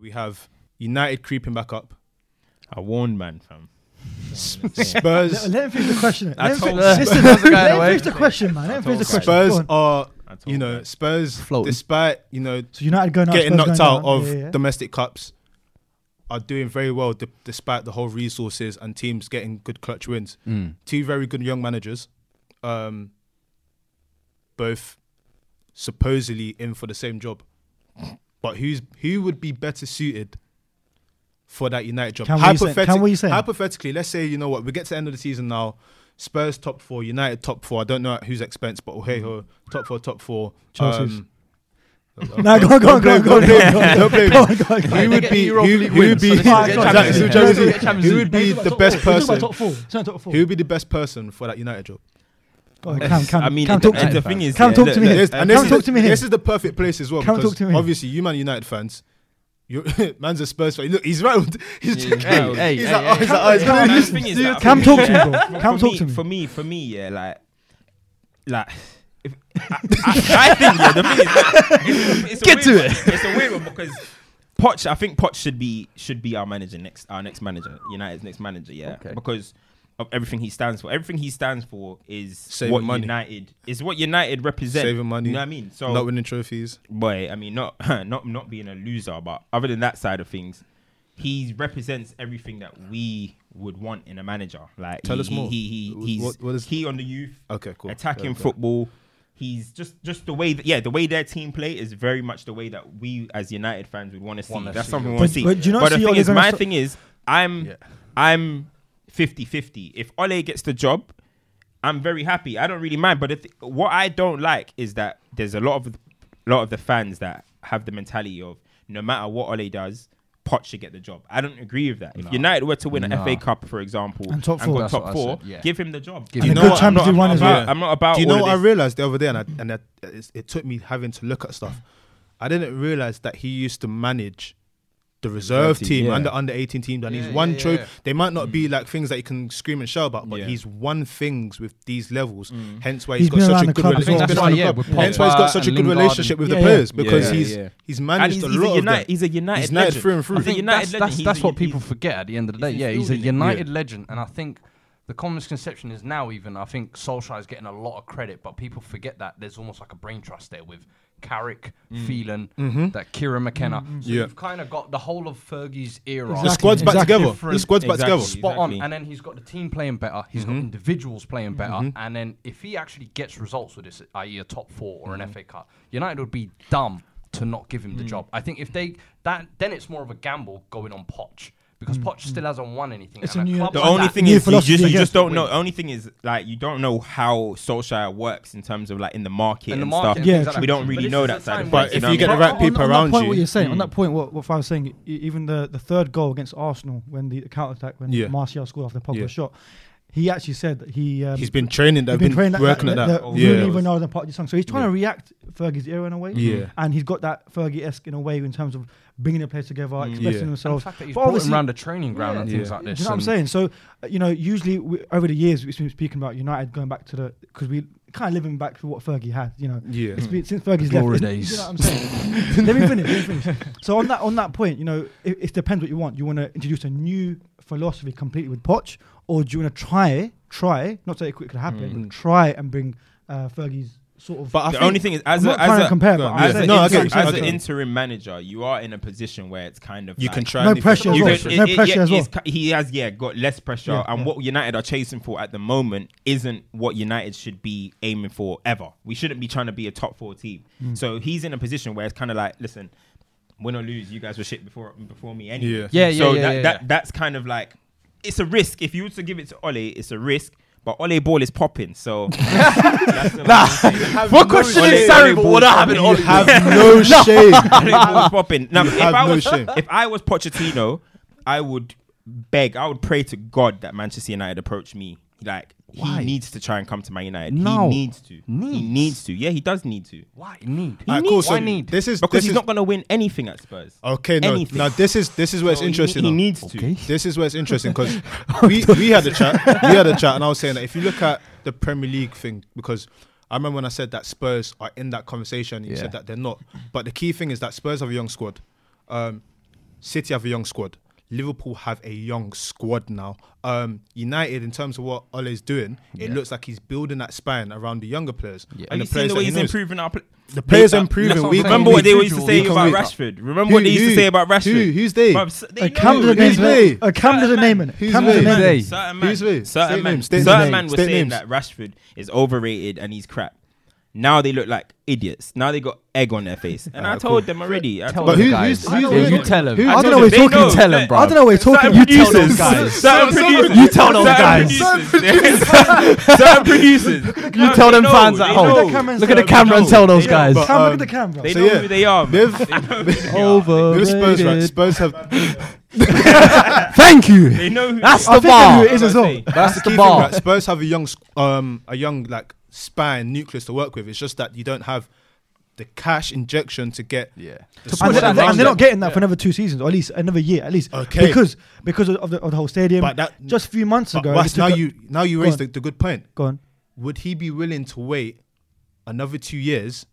we have United creeping back up. I warned man, fam. Spurs. Let, let him finish the question. I Let him, told fi- you. Listen, That's the guy let in him finish the way. the question, man. Let him finish the Spurs, question. Go on. are, I told you know, you. Spurs, Floating. despite, you know, So United going out, getting Spurs knocked going out down. of Yeah, yeah, yeah. domestic cups are doing very well d- despite the whole resources and teams getting good clutch wins. Two very good young managers, um, both supposedly in for the same job. But who's who would be better suited for that United job? Can we say- Hypothetic- can we say? Hypothetically, let's say you know what we get to the end of the season now. Spurs top four, United top four. I don't know at whose expense, but oh, hey ho, top four, top four. Chelsea's. Um, No, go on, go on, go on, go on, go on, go on, Don't blame go me. on, go on, go on. Who They would get be the Europa who League who wins, would be so they still get exactly, Champions so League. Champions League. They still get Who would be He's about the top best four. He's about person? top four. He's about top four. Who would be the best person for that United job? Go on, Cam, Cam, I mean, Cam, the, talk to me. the thing is, Cam, yeah, talk look, to me look, here. This- Come and this, talk is, to me here. this is the perfect place as well. Come because talk to me here. Obviously, you man United fans. You're, man's a Spurs fan. Look, he's round. He's Yeah, checking. he's round. he's Hey, hey, like, oh, hey, he's hey. like, oh, he's Cam, round. the thing is that I Cam, think- talk to me, bro. Cam, for talk me, to me. For me, for me, yeah, like, like. If, I, I, I think yeah, the thing is, like, it's, it's a Get weird to one. It's a weird one because Poch. I think Poch should be should be our manager next, our next manager, United's next manager, yeah, Okay. because of everything he stands for. Everything he stands for is Saving what money. United is what United represents. Saving money. you know what I mean? So Not winning trophies. boy, I mean, not not not being a loser, but other than that side of things, he represents everything that we would want in a manager. Like, Tell he, us more. He, he, Wh- he's what- what is- key on the youth, Okay, cool. attacking Okay. football. He's just just the way that yeah, the way their team play is very much the way that we as United fans would want to see. That's something we want But- to see. but do you not the see thing Ole is, Gunnar my Sol- thing is, I'm Yeah. I'm 50-50. If Ole gets the job, I'm very happy. I don't really mind. But the th- what I don't like is that there's a lot of lot of the fans that have the mentality of no matter what Ole does, Pot should get the job. I don't agree with that. If United were to win Nah. an FA Cup, for example, And top four. got That's top what I four, said, yeah. give him the job. Give Do And you a know good what? Champions I'm League not, one I'm as about, well. Yeah. I'm not about. Do you know all what I of this. realized the other day, and, I, and I, it, it took me having to look at stuff. I didn't realize that he used to manage the reserve Reserve team, team yeah. and the under eighteen team, and Yeah, he's yeah, won yeah, trophy. yeah. They might not be like things that you can scream and shout about, but Yeah. he's won things with these levels. Hence why He's he's got been around such a the good club as relationship. well. Hence That's why Mm. why, he's yeah, with Pogba got such a and good Lingard relationship with the and- Yeah, yeah. players because Yeah, he's yeah. he's And managed he's, a he's a lot of United. them. He's a United. He's United legend. through and through. I I think think United that's, legend. that's, He's that's a- what people he's- forget at the end of the day. he's yeah, still he's a in it. United legend, and I think the common misconception is now even I think Solskjaer is getting a lot of credit, but people forget that there's almost like a brain trust there with Carrick, Phelan, that Kieran Mm. McKenna. So Mm-hmm. Yeah. you've kind of got the whole of Fergie's era. The Exactly, squad's back exactly. together. The Different- squad's back Exactly. together. spot Exactly. on. And then he's got the team playing better. He's got individuals playing better. And then if he actually gets results with this, i.e., a top four or an FA Cup, United would be dumb to not give him the job. I think if they that then it's more of a gamble going on Poch because Poch still hasn't won anything. It's and a new- club The like only that- thing New is, you philosophy, just, you yeah. just don't know. The only thing is, like, you don't know how Solskjaer works in terms of, like, in the market In and, the market stuff. and Yeah, things like we that. don't But really this know is that the side of time things. where But you if know you what get I the mean? right on- people on around that point, you- Hmm. What you're saying on that point, what, what I was saying, e- even the, the third goal against Arsenal when the counter attack when Yeah. Martial scored after Pogba Yeah. shot, he actually said that he um, He's been training. They've he'd been, training that- working that, at that. that yeah. Rooney, Ronaldo, and Park Ji-sung. So he's trying Yeah. to react Fergie's era in a way, Yeah. and he's got that Fergie-esque in a way in terms of bringing the players together, Mm. expressing Yeah. And the themselves. fact that he's But brought obviously- him around the training ground and Yeah. things like Do this. you know what I'm and- saying? So, uh, you know, usually we, over the years we've been speaking about United going back to the because we kind of living back to what Fergie had. You know, Yeah. It's been, since Fergie's Glory left. days. You know what I'm saying? let me finish. Let me finish. So on that on that point, you know, it, it depends what you want. You want to introduce a new philosophy completely with Poch, or do you want to try try not say it could happen, but try and bring uh, Fergie's sort of. But I The think- only thing is, as I'm a, not trying as to a, compare, but no, I'm as, yeah. saying an No, I get interim, what you're as an saying. interim manager, you are in a position where it's kind of You like- can try. No anything. pressure as You well. can- No pressure as it's well. ki- He has, yeah, got less pressure. Yeah, and yeah. what United are chasing for at the moment isn't what United should be aiming for ever. We shouldn't be trying to be a top four team. Hmm. So he's in a position where it's kind of like, listen, win or lose, you guys were shit before before me anyway. Yeah. Yeah, yeah, so yeah, that, yeah, that yeah. that's kind of like it's a risk. If you were to give it to Ole, it's a risk. But Ole ball is popping, so that's the- What question Ole- is Sarri? Ole But Ball what is happened? popping. Ole Have no shame. Ole Ball is popping. Now, if have I no was shame. if I was Pochettino, I would beg, I would pray to God that Manchester United approach me. Like Why? he needs to try and come to Man United. He No. needs to. Needs. He needs to. Yeah, he does need to. Why need? Alright, He cool, needs- so Why need? This is Because this he's is, not going to win anything at Spurs. Okay, no, anything. now this is this is where it's So he- interesting. He, now. needs to. Okay. This is where it's interesting because we, we had a chat, we had a chat, and I was saying that if you look at the Premier League thing, because I remember when I said that Spurs are in that conversation, you Yeah. said that they're not. But the key thing is that Spurs have a young squad. Um, City have a young squad. Liverpool have a young squad now. Um, United, in terms of what Ole's doing, it Yeah. looks like he's building that span around the younger players Yeah. Are and you the seeing players the that way he he's knows. improving our? Pl- The players That's are improving. what I'm week saying. on Remember week. what they used to Individual. say Week on about week. Rashford. Remember what they Who- used to who? say about Rashford. Who, who's they? Bruv, s- they Uh, know. Cam doesn't Who's name it. they? Uh, Cam doesn't name it. Who's Cam doesn't they? name it. Hey. Certain Who's man, we? certain State man, names, state certain names, man were state saying names. that Rashford is overrated and he's crap. Now they look like idiots. Now they got egg on their face, and I told them already. I Tell told But them, who- them. guys. who's- who's yeah, the- you tell him. who- I I don't know what they you're talking know. about. Tell 'em, bro. I don't know what you're talking Certain about. You tell them, producers, guys. certain producers, You tell them, certain guys. producers- certain producers. You No, tell they them know, fans at they home. know. Look at the cameras. Look at the They camera and know. tell those They guys. know. Cam, look at Um, the camera. They So, know yeah. who they are. man. They've- They know who they are. They were Overrated. Spurs, right? Spurs have Thank you. They know who That's they I the think I knew bar. it is as well. uh, That's Key the thing, bar. right, Spurs have a young, squ- um, a young like span nucleus to work with. It's just that you don't have the cash injection to get. Yeah. the To squad And, that they, push them and they- runs and they're not it. getting that for another two seasons, or at least another year, at least. Okay. Because because of the, of the whole stadium. But that- just a few months But ago. Wes, they now took a- you now you Go raised on. the, the good point. Go on. Would he be willing to wait another two years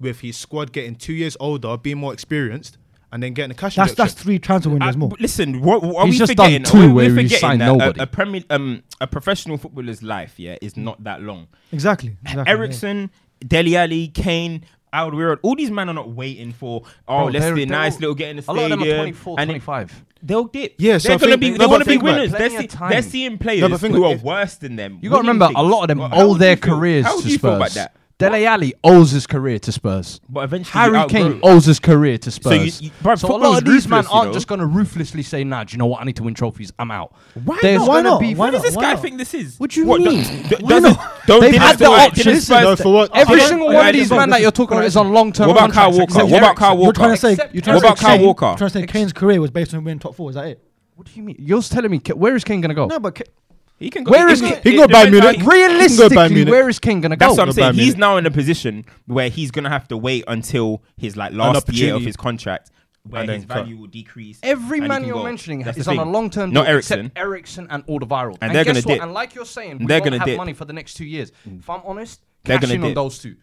with his squad getting two years older, being more experienced, and then getting a cash That's that's injection? three transfer windows Uh, more. but listen, what, what are He's we just done forgetting? two We're- we're where he forgetting signed that a- nobody. A, premier, um, a professional footballer's life, yeah, is not that long. Exactly. exactly Ericsson, Deli Ali, Kane, Alderweireld, all these men are not waiting for. Oh, Bro, let's they're- be a they're nice all- little get in the A stadium. lot of them are 24, and it- 25. they'll dip. Yeah, so they're I gonna think- be. no, They but want to be think about it. winners. They're, Plenty see- of time. they're seeing players No, but think who are about it. worse than them. You got to winning remember, a things. lot of them Well, how owe would their you feel- careers How to do you feel about Spurs. that? Dele Alli owes his career to Spurs. But eventually, you Harry outgrow Kane it. owes his career to So you- Spurs. So, you- bruv, a football lot of is these men ruthless, you aren't know. just going to ruthlessly say, "Nah, do you know what? I need to win trophies. I'm out." Why There's not? Why gonna not? Be Why What does not? this Why guy not? think this is? What do you don't- mean? don't- Why doesn't- not? Don't They've dip had it the to it. option. Didn't Listen, Spurs- No, for what? Every How- single I one of like these this men one. that you're talking about is on long-term What about Kyle contracts, Walker? except What about Eriksen. Kyle You're Walker? trying to say Except you're trying What to about say Kyle Kane- Walker? You're trying to say Kane's career was based on winning top four. Is that it? What do you mean? You're telling me Ke- where is Kane going to go? No, but Ka- He can Where he is can- He can go Bayern it depends how Munich. he- He can go Bayern realistically, Munich. where is Kane going to go? That's what I'm Bayern saying. He's Munich. now in a position where he's gonna have to wait until his like last year of opportunity. his contract, where And his then cut. value will decrease. Every and he man can you're go. mentioning That's is the on a thing. long term Not deal, Ericsson. except Ericsson and Alderweireld. And, they're guess gonna what? dip. And like you're saying, we They're don't gonna have dip. money for the next two years. If I'm honest, They're cash gonna in on dip. those two.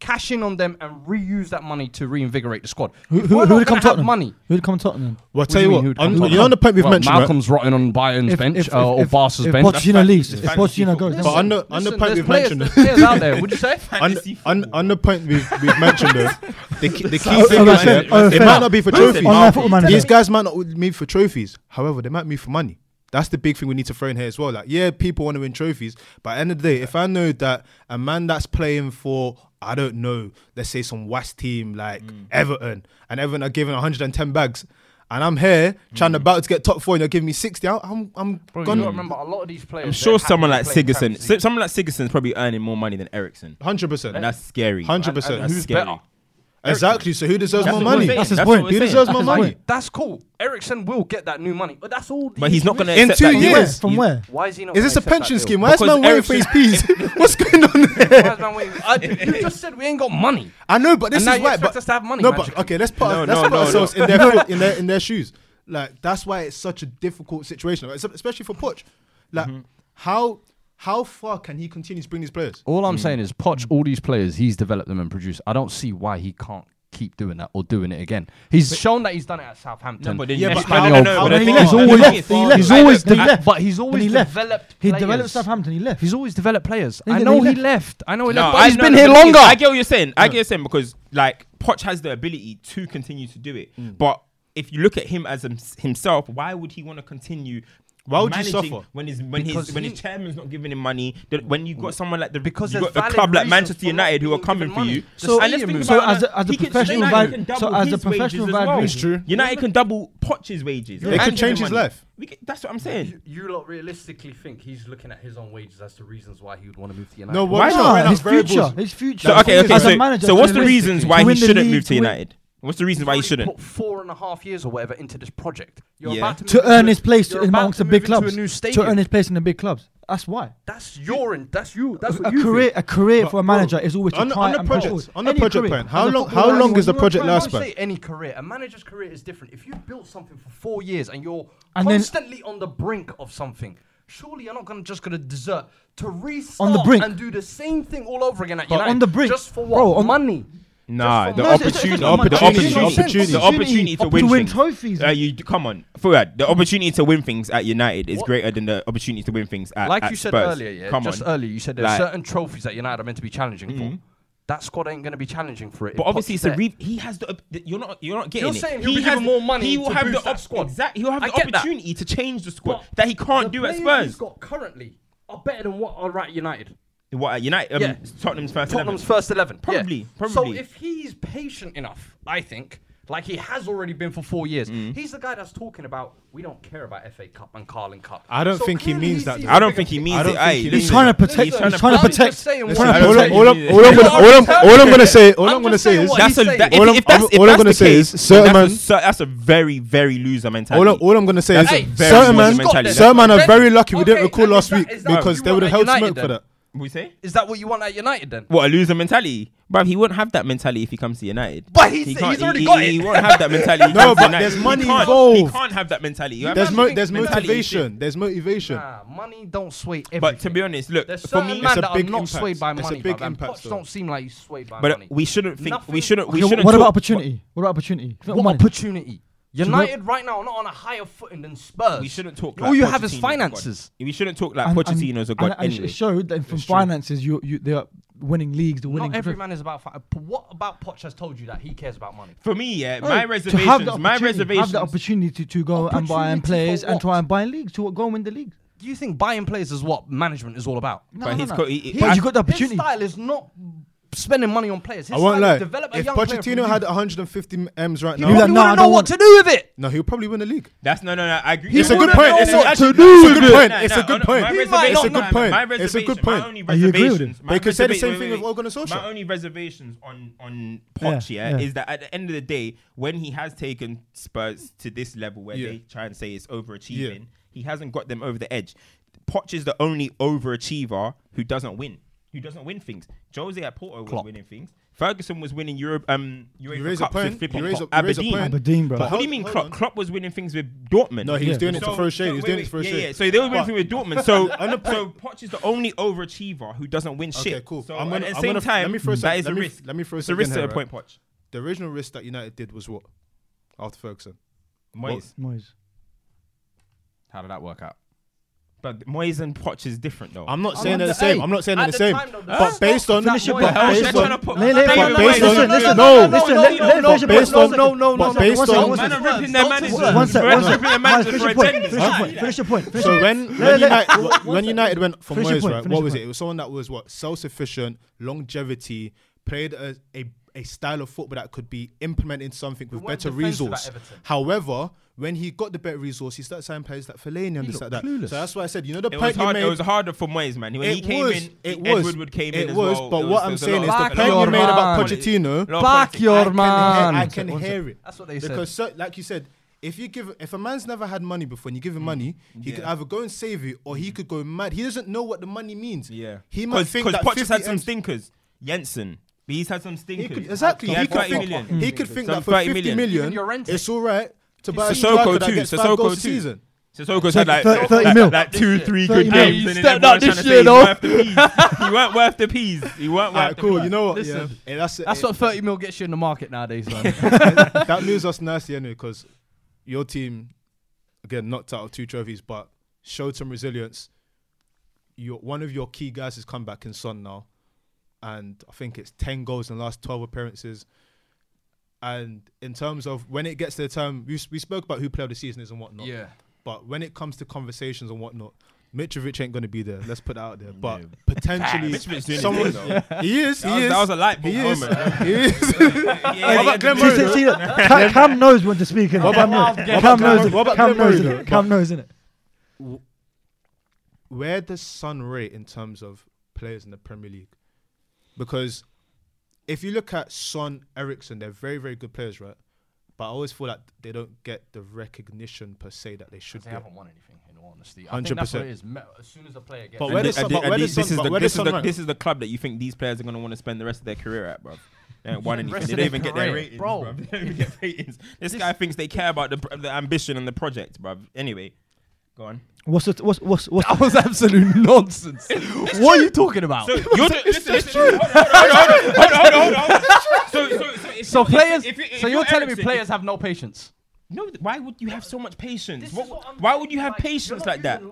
Cash in on them and reuse that money to reinvigorate the squad. who If who we're who not would come gonna have Tottenham? money? Who would come Tottenham? Well, I'll What tell you do what, mean, who'd on- come you know on the point we've Well, mentioned, right? Malcolm's rotting on Bayern's bench uh, or Barca's if bench. Pochettino That's leaves, if fantasy football. Pochettino goes, then But what? on the on the Listen, point there's we've players, mentioned, there's players out there. Would you say? on, Fantasy on, football. on the point we've we've mentioned, though, the key, the key Oh, thing oh, is, that's fair. yeah, Oh, it fair. might not be for Listen, trophies. on Malcolm, that football manager. These guys might not move for trophies. However, they might move for money. That's the big thing we need to throw in here as well. Like, yeah, people want to win trophies, but at the end of the day, if I know that a man that's playing for, I don't know, let's say some West team like Mm. Everton, and Everton are giving 110 bags, and I'm here trying about to get top four, and you're giving me 60, I- I'm, I'm Mm. Bro, you gonna gotta remember a lot of these players. I'm sure they're happy someone to like play in Sigerson, fantasy. someone like Sigerson's probably earning more money than Ericsson, 100%. and that's scary. Hundred percent. That's Who's scary. better? Exactly. So who deserves That's more what we're money? saying. That's his That's point. what Who we're saying. deserves more That's money? That's cool. Ericsson will get that new money, but that's all. But he's not gonna In accept two that deal. From years. where? Yes. From He's- where? Why is he not? Is this gonna a accept that pension deal? scheme? Why is Because man waiting for his peas? What's going on there? Why is man waiting? I, you just said we ain't got money. I know, but this And now is you why. expect But us to have money no, magically. but okay, let's put, No, let's no, put no, ourselves no. in their in their in their shoes. Like that's why it's such a difficult situation, like, especially for Poch. Like Mm-hmm. how how far can he continue to bring these players? All I'm saying is, Poch, all these players, he's developed them and produced. I don't see why he can't keep doing that or doing it again. He's shown that he's done it at Southampton. No, but then Yeah, you but keep how- running no, no, over. But but the he thing left- is- he the left- thing is- he left. He's always He de- left. but he's always he left. developed. He players. developed Southampton. He left. He's always developed players. Yeah, I yeah, know he he left. left. I know he No, left. I- But he's no, been the here thing is, longer. I get what you're saying. I get what you're saying because like Poch has the ability to continue to do it, but if you look at him as him- himself, why would he want to continue? Why would you managing suffer? when his when Because his when he- his chairman's not giving him money? that When you got someone like the Because you there's got a valid club like reasons Manchester for not United who are being coming given for you. money. and So- let's So think as about a- as a he can- professional United value- can so double as a his wages professional as value- well. It's true. United can double Poch's wages. It could and change give his him money. life. We can- That's what I'm saying. You lot realistically think he's looking at his own wages as the reasons why he would want to move to United? No, why Why not? not? Nah, That's his variables. future. His future. So okay, what it okay. is. As a So, manager, so to what's the win- reasons why to he win the shouldn't league, move to win- United? What's the reasons why he shouldn't? Put four and a half years or whatever into this project. You're Yeah. about to, To move earn into- his place you're about amongst the move big into clubs. A new To stadium. earn his place in the big clubs. That's why. That's your and that's you. That's a what you career, think. a career for a bro, manager is always to on the- try on the and push project- forward. on the Any project career. plan, how As a long- footballer, how long you is the wanna project try and last, push man? say any career. A manager's career is different. If you built something for four years and you're And then- constantly on the brink of something, surely you're not gonna just gonna desert to restart brink. and do the same thing all over again at But United. on the brink, just for what? bro, on- money. Nah, the No, it's- it's- it's opportunity, not money. the opportunity- It's the opportunity. the opportunity to win, things. trophies. Uh, you come on, Fuad. The opportunity to win things at United is What- greater than the opportunity to win things at. like at you said Spurs. earlier, yeah, Come just on. earlier you said there's Like- Mm-hmm. certain trophies that United are meant to be challenging for. That squad ain't going to be challenging for it. But if obviously, Poch's there. Sarri, he has the. op- the- You're not. You're not getting You're it. saying he'll he be has given more money He will to have the boost that squad. Exactly. He'll have I the get that. opportunity to change the squad But that he can't do at players Spurs. He's got currently are better than what are at United. What at United? Um, Yeah. Tottenham's first. Tottenham's 11. first eleven. yeah. Probably, So probably. if he's patient enough, I think, like he has already been for four years, he's the guy that's talking about we don't care about FA Cup and Carling Cup. I don't think he clearly means that, sees though. the I don't bigger think he picture. means I don't it. think aye. he He's means He's trying to protect. He's trying to He's trying to I'm just protect. saying He's what trying to he All, said. I'm- protect. all, I'm, all, I'm, No, all, I'm, I'm telling all I'm gonna you. say, all I'm, I'm gonna just say saying is, what That's he's a. saying. That, if, All I'm- if that's, I'm- if all I'm that's gonna the say case, is certain then that's, a, man- cer- that's a very very loser mentality. all, I'm, all I'm gonna say is, That's a very certain man, modern mentality. certain man are Then- very lucky we didn't okay, record and is last that- week is that what because you they would have held want at smoke United for then? that. we say Is that what you want at United then? what a loser mentality. But he won't have that mentality if he comes to United. But he's- can't- he's already he, got he, it. He won't have that mentality. if he No, comes to but United. there's He money can't- involved. He can't have that mentality. You have There's to mo- think there's mentality is motivation. There's motivation. Nah, money don't sway everything. But to be honest, look There's for certain me. It's men a that are big not impact. swayed by It's a money. big bruv, and impact, Poch though. don't seem like he's swayed by But money. we shouldn't think. We Nothing- shouldn't. We Okay, shouldn't. What about talk- opportunity? What about opportunity? It's not What money. opportunity? you know- United right now are not on a higher footing than Spurs. We shouldn't talk. All like Oh, you have is Pochettino's a god. finances. We shouldn't talk like And- and- Pochettino's a god. and- and Anyway, It showed that from finances, you you they are winning leagues, they're winning. Not every man is about. Fi- but what about Poch has told you that he cares about money? for me, yeah, my No, to have the reservations. My opportunity- Have reservations. the opportunity to go and buy Opportunity and for players and what? try and buy leagues to go and win the league. Do you think buying players is what management is all about? No, But no, he's no. got- he- he- But I- you got the His opportunity. style is not spending money on players. His I won't style is lie. develop a If young player from Pochettino had youth. 150 m's right he now, He'd be like, "Nah, I probably wouldn't know don't what want- to do with it. no, he'll probably win the league. That's no, no, no. I agree. It's a No, good no, point. no, It's no, a- actually, to do that's a with good it. point. No, It's no, a good no, point. my He might reservations- my- not know. It's my a good reservations- point. My only I agree with reservations. it. my They could say the reserva- same wait, thing wait, with wait. Ole Gunnar Solskjaer. My only reservations on on Poch, yeah, Yeah, yeah. is that at the end of the day, when he has taken Spurs to this level where Yeah. they try and say it's overachieving, Yeah. he hasn't got them over the edge. Poch is the only overachiever who doesn't win. Who doesn't win things? Jose at Porto was Klopp. winning things. Ferguson was winning Europe. Um, UEFA You raise a Cups with point. flipping You raise Klopp. a- you raise a Aberdeen. point. Aberdeen, But bro. But what do hold- you mean hold Klopp? on. Klopp was winning things with Dortmund. No, he was doing it to So- throw shade. He was wait, doing wait, it to throw yeah, shade. Yeah, so they were But- winning with Dortmund. So, On the point- so Poch is the only overachiever who doesn't win shit. Okay, cool. So I'm at gonna- the I'm same gonna- time, let me throw that something- is let a me- risk. let me throw it's a something risk to here, a point, Poch. The original risk that United did was what after Ferguson. Moyes. Moyes. How did that work out? But Moyes and Poch is different, though. I'm not I'm saying on they're the the same. eight. I'm not saying they're At the the same. time, though, the But first based goal- on Finish it, but but hell based should I on- try to put- Lay- lay- But lay- based on- listen, listen, no, listen, no, listen, no, let- no, let- no, finish it, no, finish no, it. no, no, One no, no, no, second, one second, no, one second. no, ripping no, their managers. no, no, One sec, We're one sec. ripping their Miles, managers Finish for your point. attendance. Finish your Ah, point. yeah. Finish your point. finish So your when point. when Let- let- let- United when- when United went from Finish your Moyes, point, right? finish What your was point. it? It was someone that was what self-sufficient, longevity, played a, a, a style of football that could be implemented into something with weren't better defensive at resource. Everton. However, when he got the better resource, he started signing players like Fellaini and this like looked that. clueless. So that's why I said, you know, the It point was, you hard, made. it was harder for Moyes, man. When he It came was, in, it Ed was, Woodward came it in as was, well. but There what there I'm a saying lot is of- a the lot point of you made about politics. Pochettino- A lot of Back politics. your I can man. Hear, I One can sec, one sec. hear it. That's what they said. because so, like you said, if you give, if a man's never had money before and you give Mm. him money, he could Yeah. either go and save it or he could go mad. He doesn't know what the money means. Yeah, he might Cause, think 'cause that Poch has had 50 some M's stinkers. Jensen, he's had some He stinkers. could, exactly. He had could 30 think, million. he could think Some that for 30 50 million. million, Even your rent. it's all right to buy a striker Sissoko that too. gets five goals Sissoko a too. season. Sissoko's had like, Take thir- like, 30 like, mil. two, three This good year. games. He and then stepped everyone up this trying to year, say he's though. worth the peas. He weren't worth the peas. He weren't worth Alright, the cool. peas. You know what? Listen, yeah. Eh, that's, it. That's Eh, what 30 mil gets you in the market nowadays, man. that moves us nicely anyway because your team again knocked out of two trophies but showed some resilience your one of your key guys has come back in son now and i think it's 10 goals in the last 12 appearances and in terms of when it gets to the time we, s- we spoke about who player of the season is and whatnot Yeah. but when it comes to conversations and whatnot Mitrovic ain't going to be there. Let's put it out there. But potentially, Mitrovic's doing his someone thing, though. he is. He That was- is. that was a light bulb He is. moment. He is. Yeah, What yeah, about Glenn yeah. Murray? See- see- see that? Ca- Cam knows when to speak. innit? What about Cam Murray? knows. What about Glenn Cam knows. Murray? What it. about Cam Glenn knows Murray, though? it. Cam knows it. where does Sun rate in terms of players in the Premier League? Because if you look at Son, Ericsson, they're very, very good players, right? But I always feel like they don't get the recognition per se that they should They get. haven't won anything, in all honesty. I think that's what 100%. it is. Me- As soon as a player gets. But And where thi- does Sun- and thi- but and where this does this Sun- is but the where does this is Sun the rank? this is the club that you think these players are going to want to spend the rest of their career at, bro. They ain't won anything. rest They don't of their even get their career, ratings, bro. bro. They don't even get ratings. This guy thinks they care about the pr- the ambition and the project, bro. Anyway, Go on. What's the what's what's what's That was absolute nonsense. what are you talking about? So you're the, listen, listen, hold on, hold on, hold on, hold on, hold on, hold on. So, so, so, if So you- if- players, if you- if so you're, you're telling me Eriksen- players have no patience? No, th- why would you have so much patience? What, why would you have patience like that?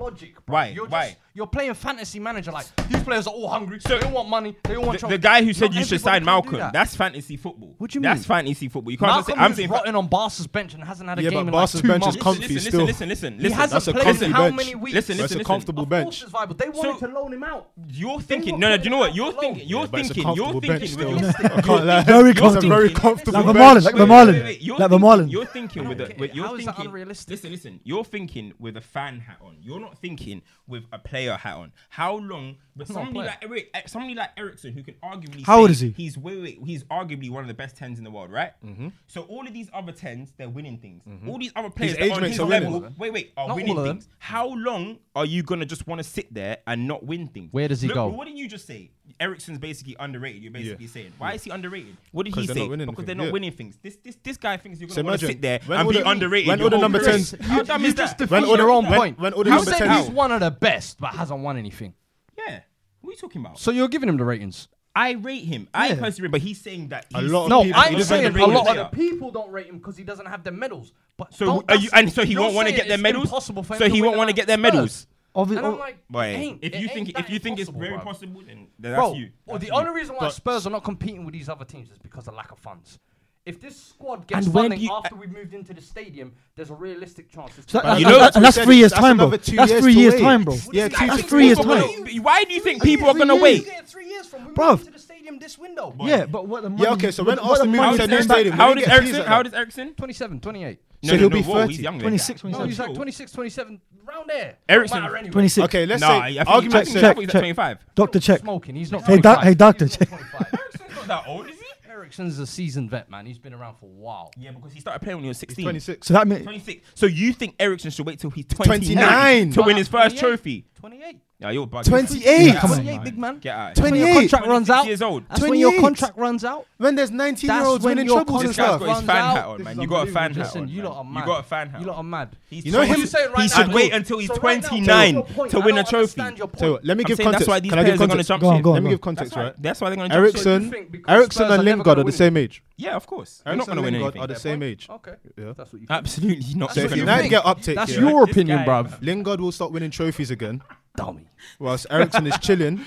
Why? You're Why? Just, you're playing fantasy manager. Like these players are all hungry. So- they all want money. They all want. The, trophies. the guy who said Not you should everybody sign can do Malcolm, that. that's fantasy football. What do you That's mean? fantasy football. You can't Malcolm just say, I'm is saying rotting on Barca's bench and hasn't had a Yeah, game but in like Barca's two bench is months. comfy listen, listen, still. listen, listen, he listen. hasn't that's a played in comfy how bench. many weeks? Listen, That's listen, a listen. comfortable Of bench. course it's viable. They wanted So- to loan him out. You're thinking, were no, no, do you putting know what? out You're for thinking, loan. you're but it's a thinking, you're comfortable bench thinking. still. with- I can't lie. Very It's a very comfortable. comfortable Like a bench. Marlin, like Wait, the wait, Marlin, wait, wait. You're like the thinking- Marlin. You're thinking with a, get with, it. you're How is thinking, that unrealistic? Listen, listen. You're thinking with a fan hat on. You're not thinking with a player hat on. How long? But not a somebody player. like Eric, eh, somebody like Ericsson, who can arguably How say old is he? He's wait, wait, He's arguably one of the best tens in the world, right? Mm-hmm. So all of these other tens, they're winning things. All these other players age that are on mates his Mm-hmm. are winning. level, wait, wait, are Not winning all of them. things. How long are you gonna just want to sit there and not win things? Where does he Look, go? What did you just say? Ericsson's basically underrated. You're basically saying, why is he underrated? What did 'Cause he they're say? not winning because they're anything, not yeah. winning things. This this this guy thinks you're So gonna want to imagine, sit there when and all be the- underrated. when your all the whole number career. 10s How dumb you is just that? defeat When all the- your own when- point. when all the you number say 10s he's one of the best, but hasn't won anything. Yeah. What are you talking about? So you're giving him the ratings. I rate him. I consider him, but he's saying that A he's- lot of No, people- I'm he's saying a underrated lot player. of the people don't rate him because he doesn't have the medals. But So don't- are you, and so he you're won't want to saying get their it's medals. impossible for him So to he win won't want to without get their Spurs. medals. Obvi- And I'm oh, like, Boy, it ain't- if it you ain't think that if you think it's impossible, very bruv. possible, then that's Bro, you. Well, That's the you. only reason why But- Spurs are not competing with these other teams is because of lack of funds. If this squad gets And when funding do you- after we moved into the stadium, there's a realistic chance. this So team- that, you that- know that- we and that's said, three years that's time, bro. another two That's years three to years wait. time, bro. Yeah, that's, two that's to three years four, time. bro. Why do you think people are three gonna years. wait? You get three years from we Bruv. moved into the stadium this window. Yeah, but what the money? Yeah, okay, so when what the- what the Arsenal moved money to the came new back- stadium, How we old didn't is get fees Ericsson? like How that. old is Ericsson? 27, 28. So he'll be 30. He's younger than 26, that. No, he's like cool. 26, 27, round there. Ericsson- Don't matter anyway. 26. Okay, let's Nah, I say think- I argument think check, he's says check, like check. 25. Doctor, check. Smoking, he's not. Hey, doc- 25. hey, doctor, He's check. not 25. Ericsson's not that old, is he? Ericsson's a seasoned vet, man. He's been around for a while. Yeah, because he started playing when he was 16. 26. So that means 26. So you think Ericsson should wait till he's 29, 29. to win his first 28. trophy? 28. Yeah, you're bugging. 28. Get out. Come on. 28, big man. Get out. That's when 28. your contract runs 26 out. years old. That's when your 28. contract runs out. When there's 19 year That's olds when winning your troubles and This contract stuff. guy's got his runs fan out. hat on, This man. is You got a fan unbelievable. hat Listen, on. you man. lot are mad. You got a fan hat You lot are on. mad. He's You know So him- you're saying he right should now- wait until he's So right now- 29 So your point, to I win a don't trophy. understand your point. So let me I'm give saying context. that's why these Can I give players are gonna context? jump Go on, ship. go on, Let me give go on. That's context, why, right? that's why they're going to jump ship. Ericsson- Ericsson, you think because Ericsson Spurs are and never Lingard gonna are the same age. Yeah, of course. They're not Ericsson and going to win Lingard are anything. the same age. Okay. Yeah. That's what you think. Absolutely not. So That's if what you United get think. uptick, That's yeah, your This opinion, guy- bruv. Lingard will start winning trophies again, Dummy. whilst Ericsson is chilling.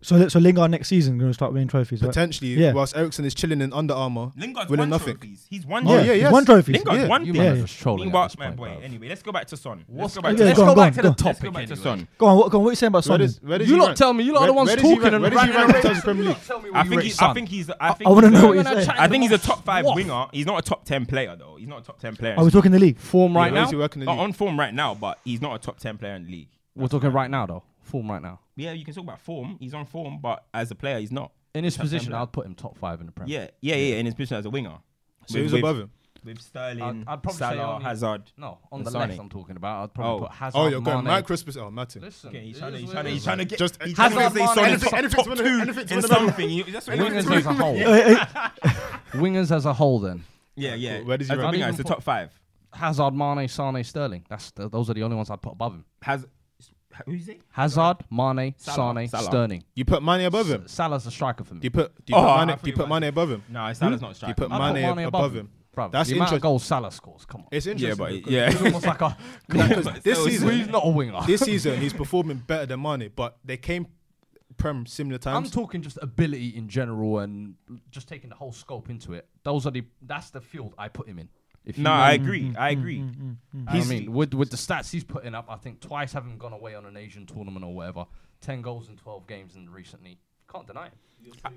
so. that- So Lingard next season going to start winning trophies. Right? Potentially, Yeah. whilst Ericsson is chilling in Under Armour, Lingard's winning won nothing. trophies. He's won Oh, yeah, trophies. yeah. yes. One trophy. Lingard's Yeah. won You things. man Yeah. are just trolling Meanwhile, at this my point, boy. bruv. Anyway, let's go back to Son. Let's What's go going back Yeah, to Let's go go on, back go to the on. Let's go topic. back to anyway. Son. Go on. What, go on, what are you saying about Where Son? does, where does You he lot rank? tell me. You lot are the Where- ones where does he talking rank- and where does he running rank in around. terms of Premier You lot League? tell me I what you think rate he's, I Son. think he's. I, think I wanna he's know a- what you're saying. I think he's a top five winger. He's not a top ten player though. He's not a top ten player. Are we talking the league? Form right where now. is he working in the Uh, league? on form right now, but he's not a top ten player in the league. We're talking right now, though. Form right now. Yeah, you can talk about form. He's on form, but as a player, he's not. In his position, player. I'd put him top five in the Premier. Yeah, yeah, yeah. In his position as a winger, So who's above him? With Sterling, I'd- I'd probably say Salah, only- Hazard. No, on the And Sonny. left, I'm talking about. I'd probably Oh. put Hazard. Oh, you're going Mane. micro specific. Oh, Martin. Listen, Okay, he's it trying to, is he's what trying to, it he's is. trying to get. Just he's trying to Hazard, say Son Mane, is anything- top- anything's top winning- two anything's in winning about- something. You- That's what Wingers as a whole. Wingers as a whole, then. Yeah, yeah. Where does he As a rank? winger, it's the top five. Hazard, Mane, Sane, Sterling. That's th- those are the only ones I'd put above him. Has who you say? Hazard, Mane, Salah, Sane, Salah. Sterling. You put Mane above him. Salah's a striker for Do me. you put do you Oh, I put Mane, thought do you you put were- Mane above him? No, Salah's not a Do you striker. put I'd Mane, ab- above him? Bruv, That's the amount of interesting. goals Salah scores. Come on. It's interesting. Yeah, but because- yeah. He's almost like a. because this He's season, not a winger. this season he's performing better than Mane, but they came prem similar I'm times. talking just ability in general and just taking the whole scope into it. Those are the that's the field I put him in. If you No, know I agree. I agree. what I mean, with with the stats he's putting up, I think twice having gone away on an Asian tournament or whatever, ten goals in twelve games and recently can't deny it. Uh,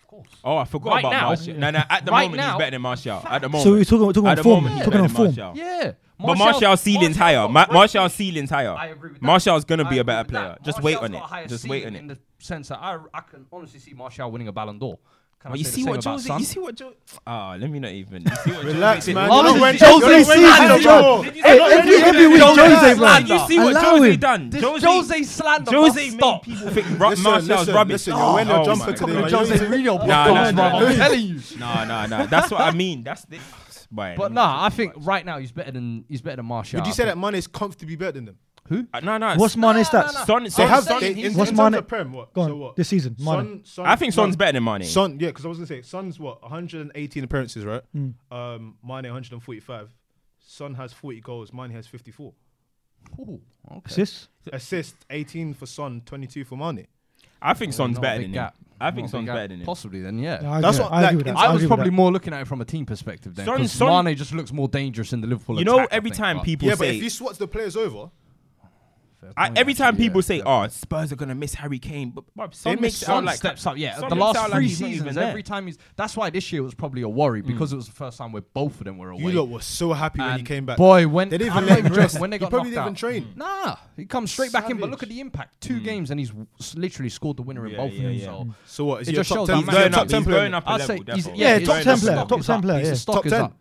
Of course. Oh, I forgot Right about now- Martial. No, no, at the Right moment now- he's better than Martial. At the moment. So we're talking- we're talking At about the form. moment, We're he's talking better about than form. Martial. Yeah, But Martial's ceiling's higher. Ma- Martial's ceiling's higher. I agree with that. Martial's gonna I be agree a better with that. player. Just wait Martial's on got it. a higher Just wait on ceiling it. In the sense that I, I can honestly see Martial winning a Ballon d'Or. Can I But you say the see same what about Jose? Son? You see what Jose? Ah, let me not even. You see what Relax, Jose did? man. Oh, You know this when is Jose Jose season, Mourinho- Joe. did you see Hey, what every- Jose every did? week Jose, slander. man. Did you see what Allow Jose him. done? This Jose slander. must Jose made stop. people think Ro- Listen, Martial's listen, rubbish. listen, you're wearing a Oh jumper my today, God. man. Jose Mourinho Nah, nah, nah, podcast, bruv, nah. I'm telling you. No, no, no. That's what I mean. That's the by it. But no, nah, I think right now he's better than he's better than Martial. Would you I say think. that Mane is comfortably better than them? no, no. What's What's Mane stats? Son? They Son, have. Son- They, he's- in, in What's terms Mane- of Prem, what? Go on, So what? this season, Mane. Son, Son, I think Son's Son- better than Mane. Son, yeah, because I was gonna say Son's what 118 appearances, right? Um, Mane 145. Son has 40 goals. Mane has 54. Ooh, okay. Assists? Assist 18 for Son, 22 for Mane. I think Son's Not a better big than him. gap. I Not a think big Son's gap. better than him. Possibly then, yeah. Yeah, I That's agree- what, I agree like, with that. I agree was with that. probably more looking at it from a team perspective then. Son- Because Son- Mane just looks more dangerous in the Liverpool You know, attack, I every think, time but- people Yeah, but say, if you swatch the players over, Fair I, point, every time actually, yeah. people say, Fair "Oh, Spurs are gonna miss Harry Kane," but, but Son They makes miss it Son out like steps up. Yeah, Son the makes it last out like three he's not even seasons, there. Mm. every time he's. That's why this year was probably a worry because it was the first time where both of them were away. you lot were so happy when he And came back. Boy, when They didn't I'm even not let him joking, rest. When they He got probably knocked didn't even train. out. Nah, he comes straight back in. But look at Savage. the impact. Two games and he's w- s- literally scored the winner in Mm. Yeah, both yeah, of them. yeah. Mm. So So what? Is It he a just top shows 10 that He's Mane's player? going Top up. 10 He's player? going up. a I'd level, say that's he's, all. Yeah, he's top going 10 player, up. Stock top is 10 up. player, His yeah. stock Top is up. 10.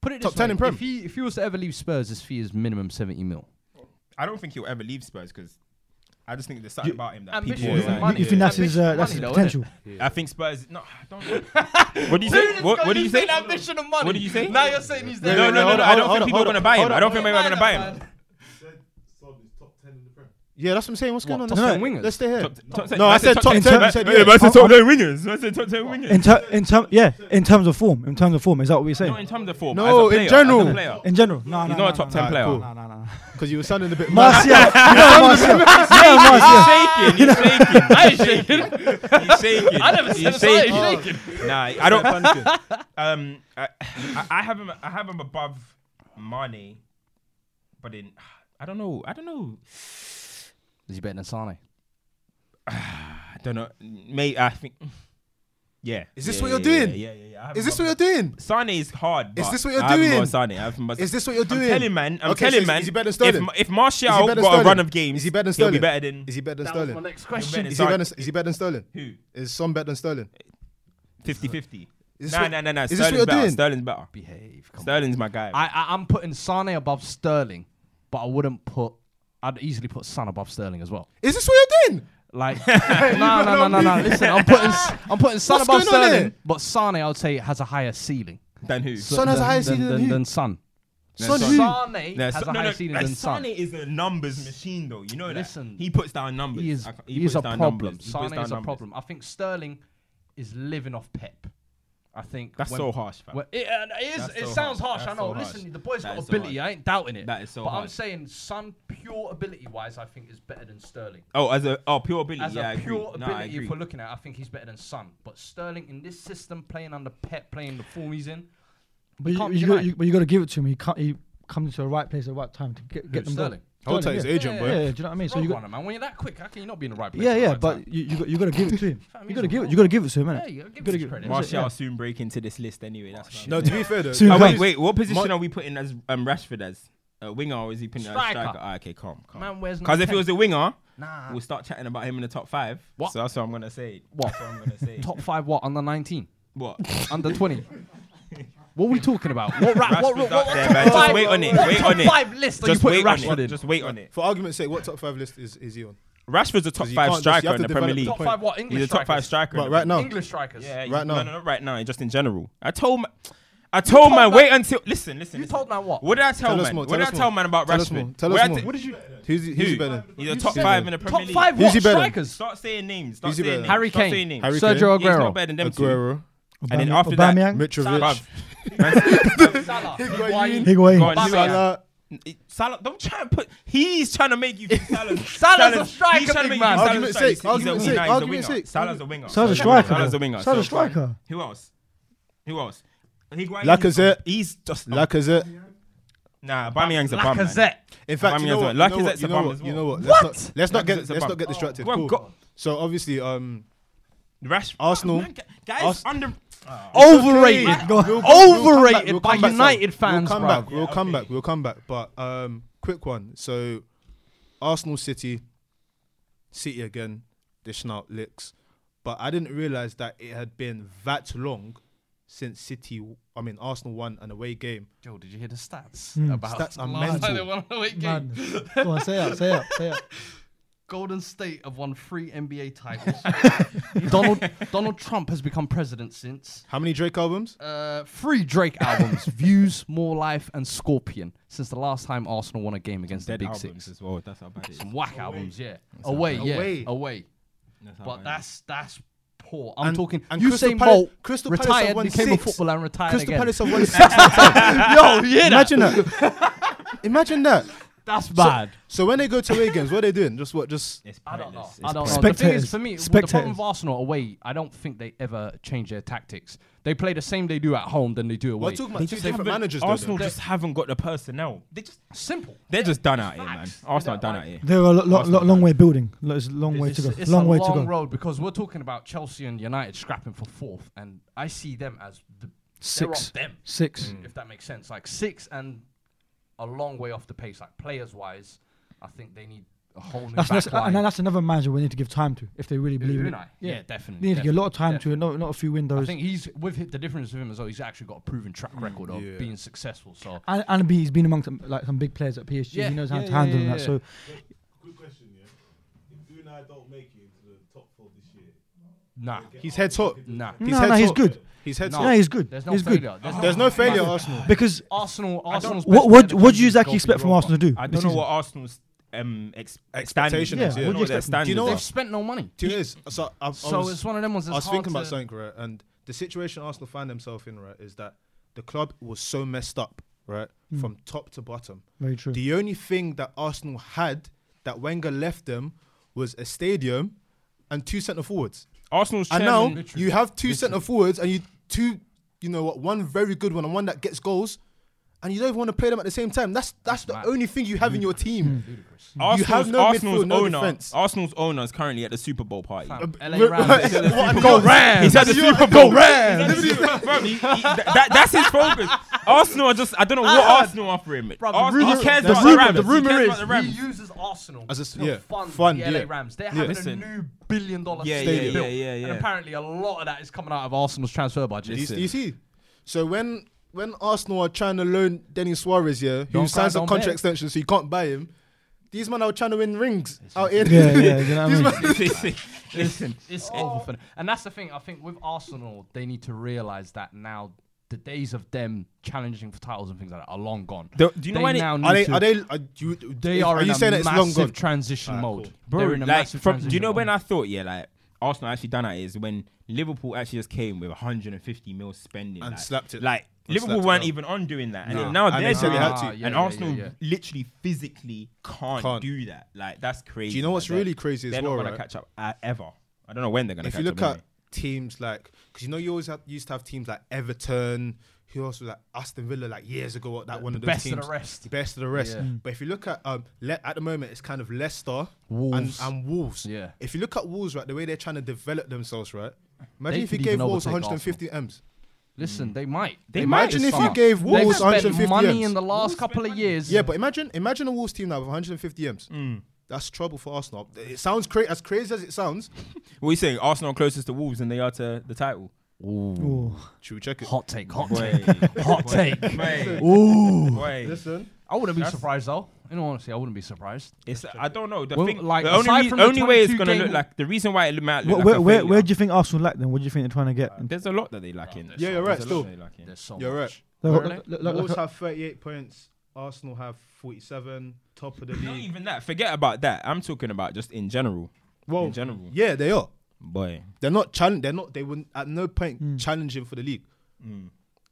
Put it this Top way, 10 in Prem. If he if he was to ever leave Spurs, his fee is minimum seventy mil. I don't think he'll ever leave Spurs because I just think there's something about him that Ambitious people. is like. money. You think that's Yeah. his, uh, that's his Money though, potential? I think Spurs. No, I don't. what do you say? What, what do you say? Ambition and money. What did you say? Now you're saying he's No, there. no, Wait, wait, no, hold on, no. I hold don't on, think people are hold gonna on, buy him. hold I on, don't think people are gonna buy Man him. up, Yeah, that's what I'm saying. What's going What, on? top Let's- 10 wingers? Let's stay here. Top- top ten- No, I man said top 10. You said man- yeah, man yeah. said top ten wingers. Man said top ten wingers. In, ter- in term, yeah, in terms of form, in terms of form, is that what you're saying? Not in terms of form. No, as a in player, as a general. player. In general, no, He's no, not a no, top no, ten Alright, player. cool. No, no, no, no. Because you were sounding a bit. Martial, you know Martial, you know Martial. Ah! He's shaking. He's shaking. I ain't shaking. He's shaking. I never said he's that, I ain't shaking. Oh. Nah, I don't. Um, I, I I have him. I have him above Mane, but in I don't know. I don't know. Is he better than Sane? I don't know. May I think? Yeah. Is this Yeah, what yeah, you're yeah, doing? Yeah, yeah, yeah. I have Is him this what above- you're doing? Sane is hard. Is but this what you're I have him doing? above Sane. I have him above Is this what you're doing? I'm telling man. I'm Okay, so telling is- man. Is he better than If, Sterling? Ma- if Martial Is he better got than a run Sterling? of games, Is he better than He'll be Sterling? better than. Is he better than That was my Sterling? next he'll be question. Is he better better? than than- Is he better than Sterling? Who? Is Son better than Sterling? 50-50. Is this Nah, what- nah, nah, nah. is this what Sterling's you're better. doing? Sterling's better. Behave. Come on. Sterling's my guy. I, I I'm putting Sane above Sterling, but I wouldn't put. I'd easily put Son above Sterling as well. Is this what you're doing? Like no no no no no. Listen, I'm putting S- I'm putting Son What's going above on Sterling, here? but Sane I would say has a higher ceiling. Than who? Son has a higher ceiling than than, who? than Son. Son Son- who? Sane No, has Son- a no, higher no, ceiling like, than Sane Son. is a numbers machine, though. You know that. Listen, he puts down numbers. He is I can't- he is puts a down problem. numbers. He puts Sane down is a numbers. problem. I think Sterling is living off Pep. I think That's when- so harsh, fam. when- it, uh, it is. That's it so sounds harsh. harsh. I That's know. so harsh. Listen, the boy's That got is so ability. harsh. I ain't doubting it. That is so But I'm harsh. saying Son, pure ability wise, I think is better than Sterling. Oh, as a oh pure ability. As yeah, I a pure agree. No, I ability, agree. if we're looking at, I think he's better than Son. But Sterling in this system, playing under Pep, playing the form he's in, But you, Can't you, deny. got, you, but you got to give it to him. He, can't, he comes to the right place at the right time to get, get them Sterling? I'll tell his yeah. agent, Yeah, yeah, boy. do you know what I mean? so So you got, man. When you're that quick, how can you not be in the right place? yeah, at the yeah, right but time? you, you got you got to give it to him. Fam, You he's got to give a it. You wall. got to give it to him, yeah, innit? you gotta give gotta him give- his credit. Martial Yeah. soon break into this list anyway. That's fine. No, to be fair though. Soon Oh, comes. wait, wait. What position Mon- are we putting as um, Rashford as a winger, or is he putting as Striker. striker? Ah, okay, calm, calm. Man wears Because number if it 10. was a winger, nah, we'll start chatting about him in the top five. Ah. What? So that's what I'm gonna say. What? That's what I'm gonna say. top five, what under 19, What? under 20. What are we talking about? What, ra- what, Rashford's what, up what, there, top man. Just five- wait on it. what Wait top on it. five list are you Just putting wait on Rashford it. in? Just wait on it. For argument's sake, what top five list is, is he on? Rashford's a top 'Cause you five can't just- you striker have in to the Premier develop League. the top five, what English He's a top five strikers? striker. in Right, the right now. English strikers. Yeah, Right you- now. No, no, not right now. Just in general. I told man, I told told man, man- wait until. Listen, listen. You listen. told man what? What did I tell, Tell us man? more, what tell did I us tell more. man about Tell us more, Rashford? tell What us did I more. t- What did you- Who's, who's Who? better? He's a top five in the Premier Top League. five, Who's what he better than? strikers? Start saying names. Start Who's he saying better names. than? Harry Start Kane. saying names. Harry Sergio He's not Aguero. better than them two. Aguero, And then Aubame- after that- Aubameyang, Mitrovic, Salah. Higuain. Higuain. Higuain. Go on, Aubameyang. Salah. Salah, Salah, don't try and put. He's trying to make you think Salah. Salah's a striker, He's trying to make big man. you Argument think Salah's a sake, striker. He's argument a winger, sake, he's a argument winger. sake. Salah's a winger. Salah's a Salah's striker, Salah's though. a winger. Salah's a So fine. striker. Who else? Who else? Higuain- Lacazette. He's just. Lacazette. Nah, Aubameyang's a bum, man. Lacazette. In fact, you know what? You know Aubameyangs are- Lacazette's what? You know a bum what? as You know well. what? Let's not- What? Let's not get Lacazette's a let's bum. not get distracted. Go on, Cool. go- So obvioly, um, Rash- Arsenal. Oh, Man, gu- guys, Ars- under. We'll- Overrated. we'll come back- Overrated we'll by come back, United Sam. fans, We'll come bruv. back. We'll come back. We'll come back. But um, quick one. So, Arsenal, City, City again, dishing out licks. But I didn't realize that it had been that long since City. I mean, Arsenal won an away game. Joe, did you hear the Hmm. stats Mm. about Stats are last time they mental. won an away game? Madness. Go on, say it, say it, say it. Golden State have won three NBA titles. Donald Donald Trump has become president since. How many Drake albums? Uh, three Drake albums: Views, More Life, and Scorpion. Since the last time Arsenal won a game against the Dead Big albums Six, as well. That's how bad it is. some whack albums, yeah. Away, yeah, away. Away. Oh, That's how But bad it is. that's that's poor. I'm And- talking. and you Crystal say Palace- Bolt Crystal Palace have retired, won became six. a footballer and retired Crystal again. Palace have won six. Yo, yeah, Imagine that. Imagine that. that's bad. So when they go to away games, what are they doing? Just what? Just It's I don't know. pointless. I It's don't know. pointless. The thing is, Spectators. for me, the problem Spectators. with Arsenal away, I don't think they ever change their tactics. They play the same they do at home than they do we're away. talking They about two just different haven't- managers. though, Arsenal though. just haven't got the personnel. They just Simple. they're just done out here, man. Facts. Arsenal Yeah, are done like- out here. They're a lo- lo- Arsenal, lo- long way building. Lo- It's a long way it's, to go. it's long a way long to go. road because we're talking about Chelsea and United scrapping for fourth, and I see them as the Six. They're off them, Six. if that makes sense. Like six and a long way off the pace. Like players wise, I think they need a whole new That's, that's, back line. and that's another manager we need to give time to if they really believe in it. Unai. Yeah, definitely. They need to give a lot of time definitely. to it, not, not a few I windows. think he's with hi- the difference with him as well. He's actually got a proven track record of Mm, yeah. being successful. So And, and he's been amongst um, like some big players at PSG. Yeah, he knows how yeah, to yeah, handle yeah, that. yeah. So Good question, yeah. If Unai don't make it into the top four this year, nah, He's head top. nah. He's No, head no, he's top. good. He's head No. yeah, top. he's good. There's no he's failure. good There's, There's no failure, Arsenal. because Arsenal. Arsenal's what what what do you exactly expect from Arsenal to do? I this don't know season? what Arsenal's um ex- Expectation is, yeah. I don't know What do you their expect Do you know standards They've are. what? spent no money. Two years. So I, I was, So it's one of them ones. I was that's hard thinking about to- something, right? And the situation Arsenal find themselves in, right, is that the club was so messed up, right, from top to bottom. Very true. The only thing that Arsenal had that Wenger left them was a stadium and two centre forwards. Arsenal's And chairman, now Literally. you have two centre forwards and you two, you know what, one very good one and one that gets goals, and you don't even want to play them at the same time. That's that's the Mad. only thing you have in your team. Hmm. Arsenal's, you have no Arsenal's midfield, no owner. defense. Arsenal's owner is currently at the Super Bowl party. Fam, LA What- Rams. what- Go Rams. He's at the Super Bowl. Go That's his focus. Arsenal are just. I don't know what Arsenal are for him. Bruv, the Arsenal rumour- he cares Ah. the about rumour- the Rams. the rumour he cares is about the Rams. He uses Arsenal As a s- to yeah, fund, fund, the LA yeah. Rams. They're having Listen. a new billion dollar Yeah, yeah, stadium yeah, built, yeah, yeah. and apparently a lot of that is coming out of Arsenal's transfer Do budget. you, Listen. do you see? So when when Arsenal are trying to loan Denis Suarez, yeah, who Don't signs a cry, don't contract bear. extension, so you can't buy him. These men are trying to win rings out here. yeah, yeah, you know what I mean? Listen, listen. It's awful for them. And that's the thing. I think with Arsenal, they need to realise that now the days of them challenging for titles and things like that are long gone. Do- do you know they why they- now need Are they? to- Are they? Are, you, they if- are, in you a saying that it's long massive gone? transition mode. They're Bro, in like, a massive from, transition do you know mode. when I thought, yeah, like Arsenal actually done that is when Liverpool actually just came with 150 mil spending And like, slapped it. Like And Liverpool slapped it weren't up. even on doing that, and No. then now And they're they said doing they had that. to. Ah, yeah, and yeah, yeah, Arsenal yeah. literally physically can't, Can't. do that. Like that's crazy. Do you know Like, what's they're- really crazy as They're well? not gonna right? catch up uh, ever. I don't know when they're gonna. if catch you look up, at teams like, because you know you always have, used to have teams like Everton, who also like Aston Villa, like years ago, what- that one the of those best of teams, the rest. the best of the rest. Yeah. But if you look at um, Le- at the moment, it's kind of Leicester Wolves. And, and Wolves. Yeah. If you look at Wolves, right, the way they're trying to develop themselves, right. Imagine They if you could gave even Wolves overtake 150 m's. Listen, they might. They, might. this Imagine if you summer. gave They've Wolves spent 150 money M's. in the last couple of years. Yeah, but imagine imagine a Wolves team now with 150 m's. Mm. That's trouble for Arsenal. It sounds cra- as crazy as it sounds. What are you saying? Arsenal are closest to Wolves than they are to the title. Ooh. Should we check it? hot take, hot take, Boy, hot take. boy, Ooh, boy. Listen, I wouldn't be surprised though. In all honesty, I wouldn't be surprised. It's I don't know. The, Well, thing, like, the aside only, from re- the only way it's 22 gonna game- look like the reason why it might look like Where, where, a where, failure- where do you think Arsenal lack then? What do you think they're trying to get? There's a lot that they lack in. Yeah, you're right, There's a lot still. that they lack in. There's so You're much. They've got- Really? look- look- look- Wolves have 38 points. Arsenal have 47. Top of the Not league. even that. Forget about that. I'm talking about just in general. Well, in general, yeah, they are. boy. They're not challenge. They're not. They were at no point challenging for the league. Hmm.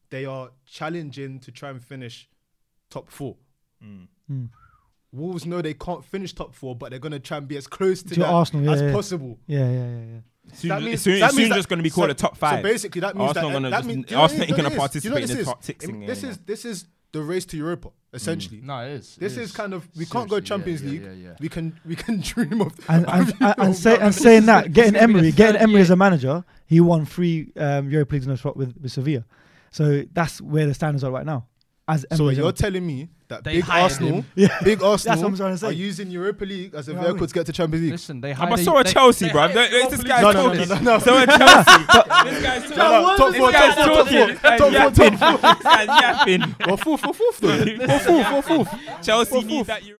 They are challenging to try and finish top four. Hmm. Hmm. Wolves know they can't finish top four, but they're gonna try and be as close to, To that Arsenal, yeah, as yeah. possible. yeah, yeah, yeah, yeah. Soon, That ju- means- soon, that soon means that- just going to be called so- a top five. So basically, that means Arsenal that, gonna that just- means, do you know Arsenal what ain't it going is? to Do you know participate what in the Hmm. this top is? six. It- thing This anymore. is this is the race to Europa essentially. No, it is. it This is kind of we can't go Seriously, yeah, Champions yeah, League. yeah, yeah. We can we can dream of And and, and, and, say, and say saying that, getting gonna be the Emery, getting third Emery year. as a manager, he won three um, Europa Leagues in a spot with, with Sevilla. So that's where the standards are right now. As So Emery's you're own. telling me that They big hired Arsenal, him. big Arsenal, what I'm trying to say. are using Europa League as a Yeah, I vehicle mean- to get to Champions League. Listen, they I hired. saw a Chelsea, bro. This guy's No, no, no, talking. no, no, no. So a Chelsea. This guy's No, no, top talking. four, This guy's top four, top four, top four, talking. top four. This guy's yapping. Well, fourth, fourth, fourth, though. Well, fourth, fourth, fourth. Chelsea need that.